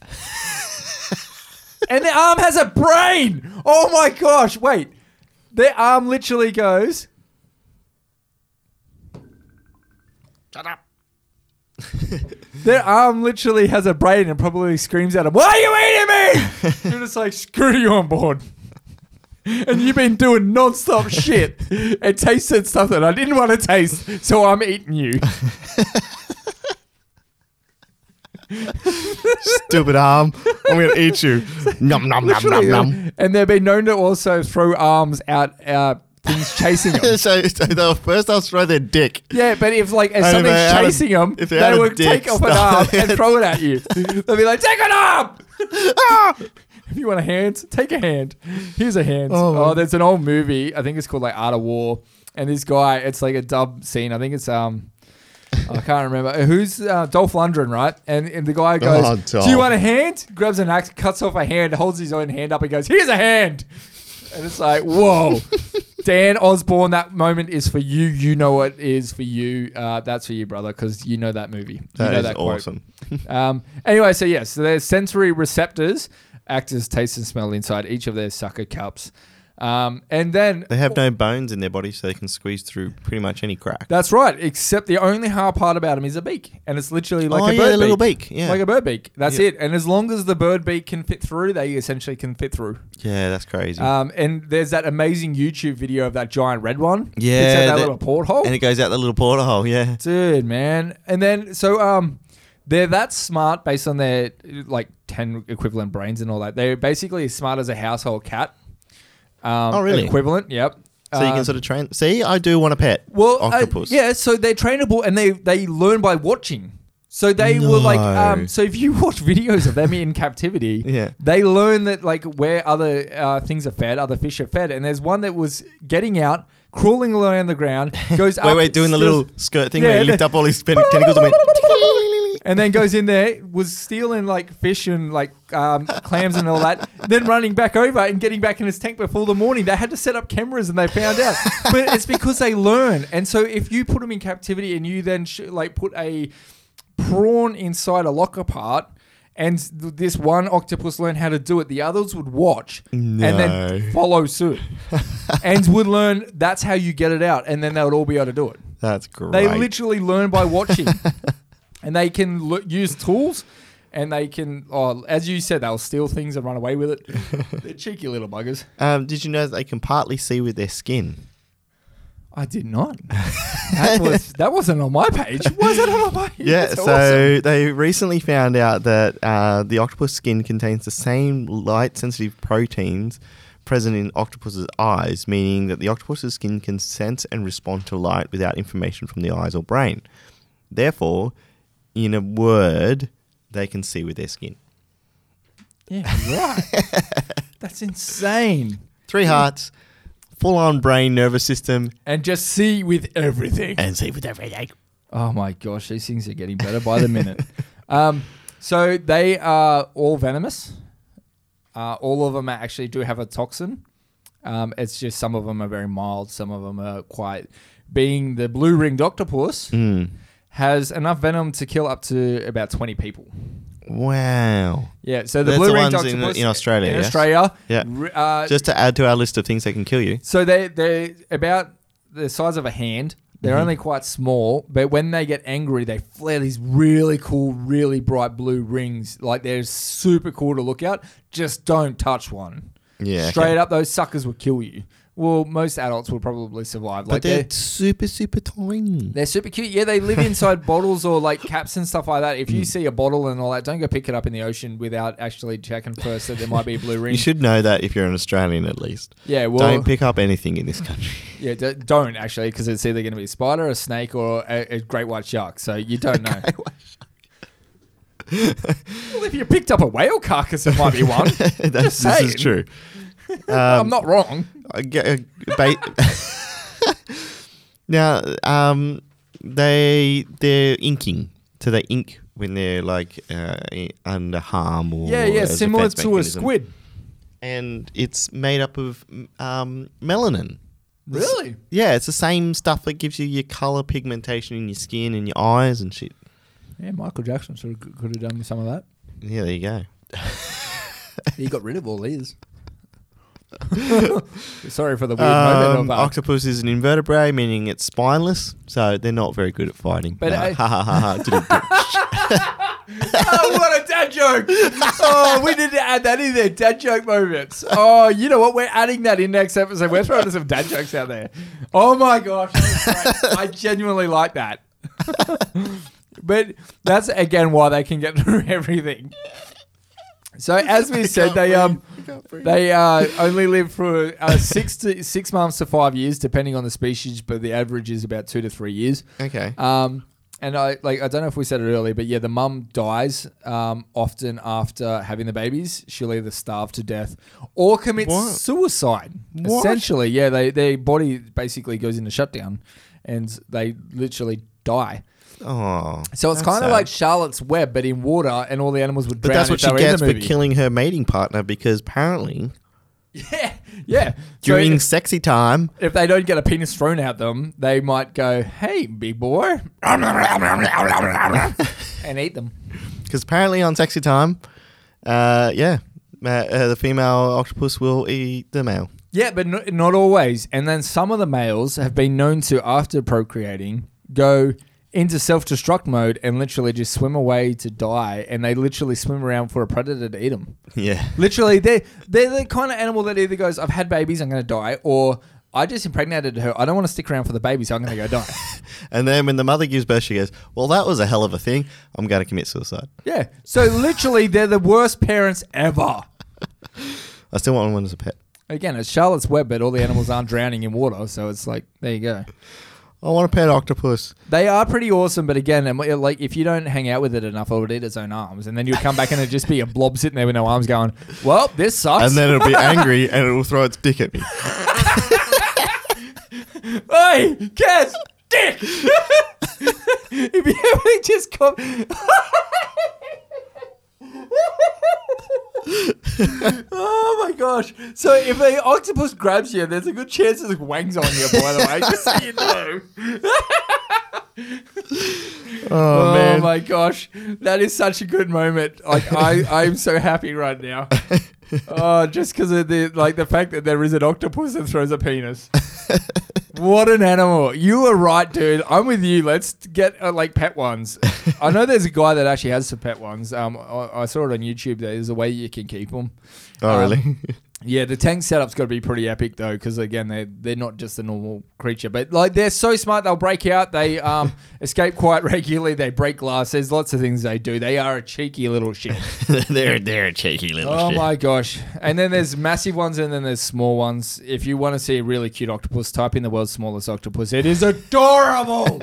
and their arm has a brain. Oh my gosh! Wait, their arm literally goes.
Shut up.
Their arm literally has a brain and probably screams at him, Why are you eating me? You're just like, screw you on board. And you've been doing non-stop shit and tasted stuff that I didn't want to taste, so I'm eating you.
Stupid arm. I'm gonna eat you. Nom nom nom nom nom.
and they've been known to also throw arms out, uh, things chasing them.
so, so they'll first they'll throw their dick.
Yeah, but if like if
And if
something's
they had a-
chasing them,
if they
they,
had a
would
dick,
take off an
stop
arm and
it.
throw it at you. They'd be like, "Take an arm! Ah! if you want a hand, take a hand. Here's a hand."
Oh,
Oh,
my-
there's an old movie. I think it's called like Art of War, and this guy, it's like a dub scene. I think it's um. I can't remember who's uh, Dolph Lundgren, right? And and the guy goes,
Oh,
"Do you
Dolph.
want a hand?" Grabs an axe, cuts off a hand, holds his own hand up, and goes, "Here's a hand." And it's like, whoa, Dan Osborne, that moment is for you. You know what is for you. Uh, that's for you, brother, because you know that movie. You
That
know
is
quote.
awesome.
Um, anyway, so yes, so their sensory receptors act as taste and smell inside each of their sucker cups. Um, and then
They have no bones in their body, so they can squeeze through pretty much any crack.
that's right, except the only hard part about them is a beak. And it's literally like
oh
a
yeah,
bird
their
beak.
little beak. Yeah,
Like a bird beak. That's
Yeah.
it. And as long as the bird beak can fit through, they essentially can fit through.
yeah, that's crazy.
Um, and there's that amazing YouTube video of that giant red one. It's
Yeah,
at that,
that-
little porthole.
and it goes out the little porthole. Yeah,
Dude, man. And then so um they're that smart based on their like 10 equivalent brains and all that. They're basically as smart as a household cat. Um,
Oh, really?
Equivalent, yep. Um,
so you can sort of train. See, I do want a pet.
well, uh,
octopus.
yeah, so they're trainable and they, they learn by watching. So they were like,
No.
um, so if you watch videos of them in captivity,
Yeah.
they learn that like where other uh, things are fed, other fish are fed. And there's one that was getting out, crawling around the ground, goes up.
Wait, wait, doing the
steals-
little skirt thing
Yeah,
where he
the-
lift up all his pen- tentacles and went.
and then goes in there, was stealing like fish and like um, clams and all that, then running back over and getting back in his tank before the morning. They had to set up cameras and they found out. but it's because they learn. And so if you put them in captivity and you then sh- like put a prawn inside a locker part, and th- this one octopus learned how to do it. The others would watch and
No.
then follow suit, and would learn that's how you get it out, and then they would all be able to do it.
That's great.
They literally learn by watching, and they can l- use tools, and they can, oh, as you said, they'll steal things and run away with it. They're cheeky little buggers.
Um, did you know that they can partly see with their skin?
I did not. That was that wasn't on my page. Why is that on my page?
Yeah,
That's
so
awesome.
they recently found out that uh, the octopus skin contains the same light sensitive proteins present in octopus's eyes, meaning that the octopus's skin can sense and respond to light without information from the eyes or brain. Therefore, in a word, they can see with their skin.
yeah, right. That's insane.
Three hearts, full on brain, nervous system,
And just see with everything.
and see with everything.
Oh my gosh, these things are getting better by the minute. um, so they are all venomous. Uh, all of them actually do have a toxin. Um, it's just some of them are very mild, some of them are quite. Being the blue ringed octopus
Mm.
has enough venom to kill up to about twenty people.
Wow.
Yeah, so the
That's
blue
the
ringed
ones in-
octopus
in Australia,
in
yes?
Australia,
Yeah.
r- uh,
Just to add to our list of things that can kill you.
so they they're about the size of a hand. They're
Mm-hmm.
only quite small, but when they get angry, they flare these really cool, really bright blue rings. Like they're super cool to look at. Just don't touch one.
Yeah, okay.
Straight up, those suckers will kill you. Well, most adults will probably survive.
But
Like
they're,
they're
super, super tiny.
they're super cute. Yeah, they live inside bottles or like caps and stuff like that. If
Mm.
you see a bottle and all that, don't go pick it up in the ocean without actually checking first that there might be a blue ring.
You should know that if you're an Australian, at least.
Yeah, well,
Don't pick up anything in this country.
Yeah, d- don't actually, because it's either going to be a spider, a snake, or a, a great white shark. So you don't know. well, if you picked up a whale carcass, it might be one.
That's,
Just
this is
saying.
true. Um,
I'm not wrong.
I ge- uh, ba- now, um, they they're inking, so they ink when they're like uh, i- under harm or
Yeah, yeah,
as a
similar
defense
to a
mechanism.
squid.
and it's made up of um, melanin.
Really?
Yeah, it's the same stuff that gives you your color pigmentation in your skin and your eyes and shit.
Yeah, Michael Jackson sort of could have done some of that.
Yeah, there you go.
He got rid of all these. Sorry for the weird moment of
Um,
uh,
octopus is an invertebrate, meaning it's spineless, so they're not very good at fighting.
But
No.
I-
ha ha ha ha. Didn't-
oh, what a dad joke! Oh, we need to add that in there. Dad joke moments. Oh, you know what? We're adding that in next episode. We're throwing some dad jokes out there. Oh my gosh, that was great. I genuinely like that. but that's again why they can get through everything. So as we said, they um. They uh, only live for uh, six to six months to five years, depending on the species, but the average is about two to three years.
okay.
Um, and I like I don't know if we said it earlier, but yeah, the mum dies um, often after having the babies. She'll either starve to death or commits
What?
suicide.
What?
Essentially, yeah, they their body basically goes into shutdown, and they literally die.
Oh,
So it's
that's
kind of
sad.
like Charlotte's Web, but in water, and all the animals would drown.
But that's what
if they
she
were
gets
in
for
the movie.
killing her mating partner because apparently
Yeah, yeah.
during
so
sexy time,
if, if they don't get a penis thrown at them, they might go, "Hey, big boy," and eat them.
because apparently on sexy time, uh, yeah, uh, uh, the female octopus will eat the male.
Yeah, but no, not always. And then some of the males have been known to, after procreating, go into self destruct mode and literally just swim away to die. And they literally swim around for a predator to eat them.
Yeah.
Literally, they're, they're the kind of animal that either goes, I've had babies, I'm going to die, or I just impregnated her. I don't want to stick around for the baby, so I'm going to go die.
And then when the mother gives birth, she goes, "Well, that was a hell of a thing. I'm going to commit suicide.
yeah. So literally, they're the worst parents ever.
I still want one as a pet.
Again, it's Charlotte's Web, but all the animals aren't drowning in water. So it's like, there you go.
I want a pet octopus."
They are pretty awesome, but again, um, it- like if you don't hang out with it enough, it would eat its own arms, and then you'd come back and it'd just be a blob sitting there with no arms, going, "Well, this sucks."
And then it'll be angry and it will throw its dick at me.
hey, Kaz, dick. if you ever just come. oh my gosh! So if the octopus grabs you, there's a good chance it wangs on you. By the way, just so you know.
Oh, man.
my gosh, that is such a good moment. Like I, I'm so happy right now. Oh, just because of the like the fact that there is an octopus that throws a penis. what an animal! You were right, dude. I'm with you. Let's get uh, like pet ones. I know there's a guy that actually has some pet ones. Um, I, I saw it on YouTube. There's a way you can keep Um, them.
oh, really?
Yeah, the tank setup's got to be pretty epic though, because again, they're they're not just a normal creature, but like they're so smart they'll break out. They um escape quite regularly. They break glass. There's lots of things they do. They are a cheeky little shit.
they're, they're a cheeky little
oh
shit.
my gosh! And then there's massive ones, and then there's small ones. If you want to see a really cute octopus, type in the world's smallest octopus. It is adorable.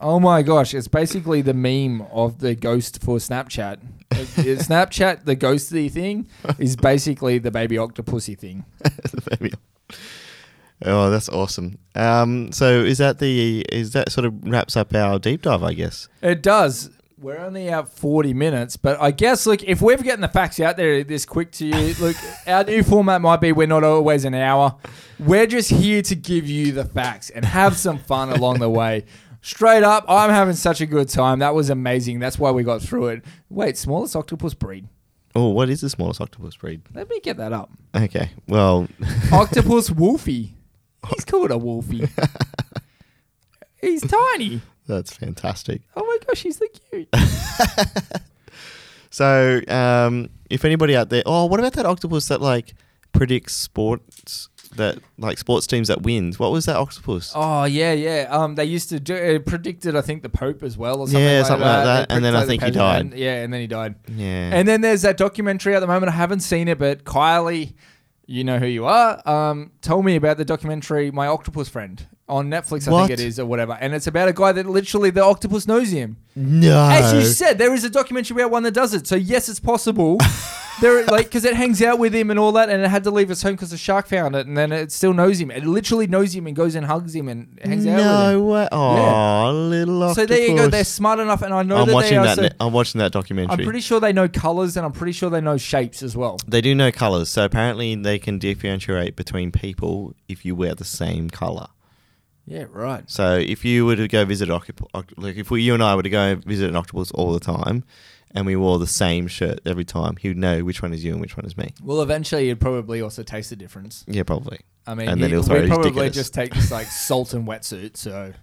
oh my gosh! It's basically the meme of the ghost for Snapchat. It- it- Snapchat, the ghostly thing, is basically the baby octopusy thing.
Maybe. Oh, that's awesome. Um, so is that the is that sort of wraps up our deep dive, I guess.
It does. We're only out 40 minutes, but I guess, look, if we're getting the facts out there this quick to you, look, our new format might be we're not always an hour. We're just here to give you the facts and have some fun along the way. Straight up, I'm having such a good time. That was amazing. That's why we got through it. Wait, smallest octopus breed.
Oh, what is the smallest octopus breed?
Let me get that up.
Okay. Well,
Octopus wolfie. He's called a wolfie. He's tiny.
that's fantastic.
Oh my gosh, he's so cute.
So, um, if anybody out there, oh, what about that octopus that like predicts sports that like sports teams that wins? What was that octopus?
Oh yeah, yeah. Um, they used to do, it predicted, I think, the Pope as well, or something.
Yeah,
like
something
that.
like that,
They
and then I
predicted
think he
the Pope and-
died.
yeah, and then he died.
Yeah.
And then there's that documentary at the moment. I haven't seen it, but Kylie, you know who you are, um, told me about the documentary My Octopus Friend on Netflix. I
What?
think it is or whatever, and it's about a guy that literally the octopus knows him.
no.
As you said, there is a documentary about one that does it. So yes, it's possible. there, like, because it hangs out with him and all that, and it had to leave its home because the shark found it, and then it still knows him. It literally knows him and goes and hugs him and hangs out with
no
him.
way. Oh, little octopus.
So there you go. They're smart enough, and I know that
I'm
they
watching
are.
that.
so-
ne- I'm watching that
I'm
documentary.
pretty sure they know colors, and I'm pretty sure they know shapes as well.
They do know colors, so apparently they can differentiate between people if you wear the same color.
Yeah, right.
So if you were to go visit octopus, like if we, you and I were to go visit an octopus all the time, and we wore the same shirt every time, he would know which one is you and which one is me.
Well, eventually, you'd probably also taste the difference.
Yeah, probably.
I mean,
And
he,
then he'll throw
we
his dick
probably
at us.
just take this like salt and wetsuit. So,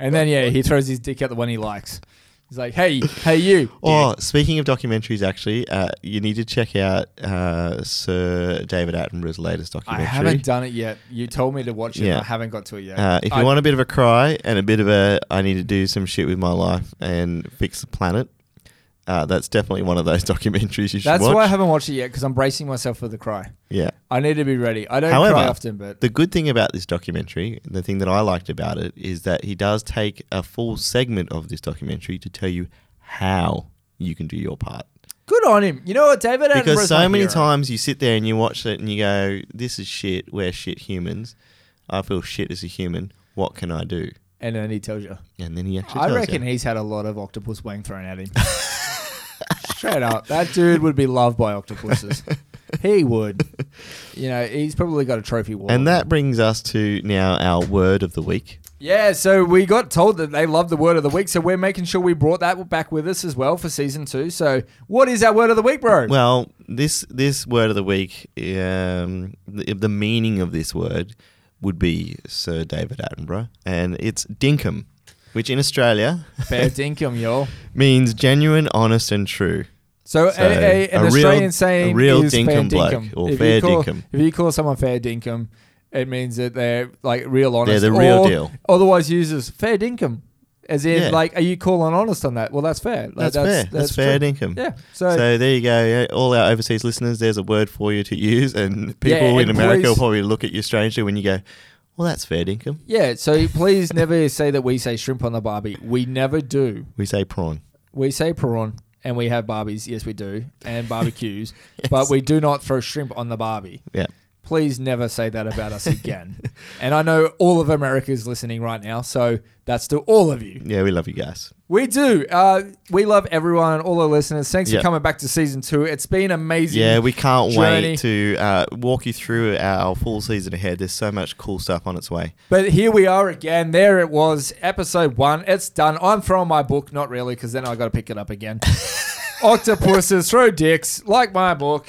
and then yeah, he throws his dick at the one he likes. He's like, "Hey, hey, you."
Oh, speaking of documentaries, actually, uh, you need to check out uh, Sir David Attenborough's latest
I
documentary.
haven't done it yet. You told me to watch it.
Yeah.
and I haven't got to it yet.
Uh, if you
I-
want a bit of a cry and a bit of a, I need to do some shit with my life and fix the planet, Uh, that's definitely one of those documentaries you should
That's
watch.
why I haven't watched it yet because I'm bracing myself for the cry.
yeah.
I need to be ready. I don't
However,
cry often, but
The good thing about this documentary, the thing that I liked about it, is that he does take a full segment of this documentary to tell you how you can do your part.
good on him. You know what, David?
Because
Attenborough's
so
my
many
hero.
times you sit there and you watch it and you go, "This is shit. We're shit humans. I feel shit as a human. What can I do?"
and then he tells you.
And then he actually.
I
tells
reckon
you.
he's had a lot of octopus wang thrown at him. Straight up, that dude would be loved by octopuses. he would. You know, he's probably got a trophy wall.
And that brings us to now our word of the week.
Yeah, so we got told that they love the word of the week, so we're making sure we brought that back with us as well for season two. So, what is our word of the week, bro?
Well, this this word of the week, um, the, the meaning of this word would be Sir David Attenborough, and it's dinkum, which in Australia
Fair dinkum, y'all.
means genuine, honest, and true.
So,
So,
a, a,
a
an
real-
Australian saying
a real
is fair
dinkum bloke
dinkum.
or
If you
fair
call-
dinkum.
If you call someone fair dinkum, it means that they're like real honest.
the real
or
deal.
Otherwise, used as fair dinkum, as in
Yeah.
like, are you calling honest on that? Well, that's fair. Like,
That's, fair. That's, fair
true.
dinkum.
Yeah. So,
So, there you go. Yeah, All our overseas listeners, there's a word for you to use, and people
Yeah,
in
and
America will
please-
probably look at you strangely when you go, "Well, that's fair dinkum."
yeah. So please never say that we say shrimp on the barbie. We never do.
We say prawn.
We say prawn and we have barbies. Yes, we do. And barbecues. But we do not throw shrimp on the barbie.
Yeah.
Please never say that about us again. and I know all of America is listening right now. So that's to all of you.
Yeah, we love you guys.
We do. Uh, we love everyone, all our listeners. Thanks
Yeah.
for coming back to season two. It's been amazing.
Yeah, we can't
journey.
wait to uh, walk you through our full season ahead. There's so much cool stuff on its way.
But here we are again. There it was, episode one. It's done. I'm throwing my book, not really, because then I got to pick it up again. Octopuses throw dicks, like my book.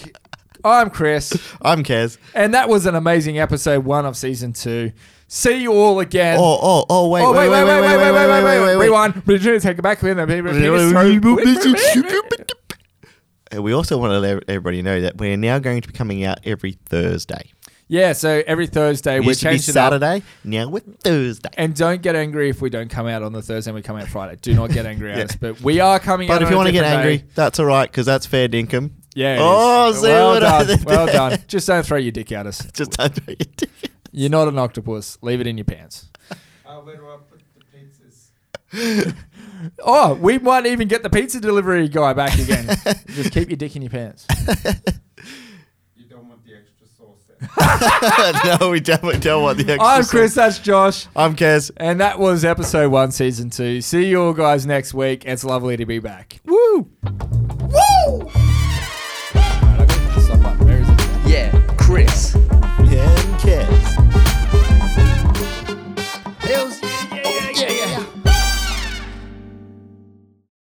I'm Chris,
I'm Kaz.
and that was an amazing episode one of season two. See you all again.
Oh, oh, oh, wait,
Oh,
wait, wait, wait, wait, wait, wait, wait, wait,
rewind. Rewind. Take it back. We're in the-
wait. And we also want to let everybody know that we're now going to be coming out every Thursday.
Yeah, so every Thursday
It
we're
used to be
changing it up.
Saturday, now we're Thursday.
And don't get angry if we don't come out on the Thursday and we come out Friday. Do not get angry at
Yeah.
us. But we are coming out.
But if
on
you
a
want to get
different
angry,
day.
that's all right because that's fair dinkum.
yeah. it
Oh,
is.
see
well
what I
done.
did
well
there.
done. Just don't throw your dick at us.
Just don't do it.
You're not an octopus. Leave it in your pants.
where do I put the pizzas?
Oh, we might even get the pizza delivery guy back again. Just keep your dick in your pants.
You don't want the extra sauce. There.
no, we definitely don't want the extra.
I'm
sauce.
Chris. That's Josh.
I'm Kaz.
And that was episode one, season two. See you all guys next week. It's lovely to be back. Woo!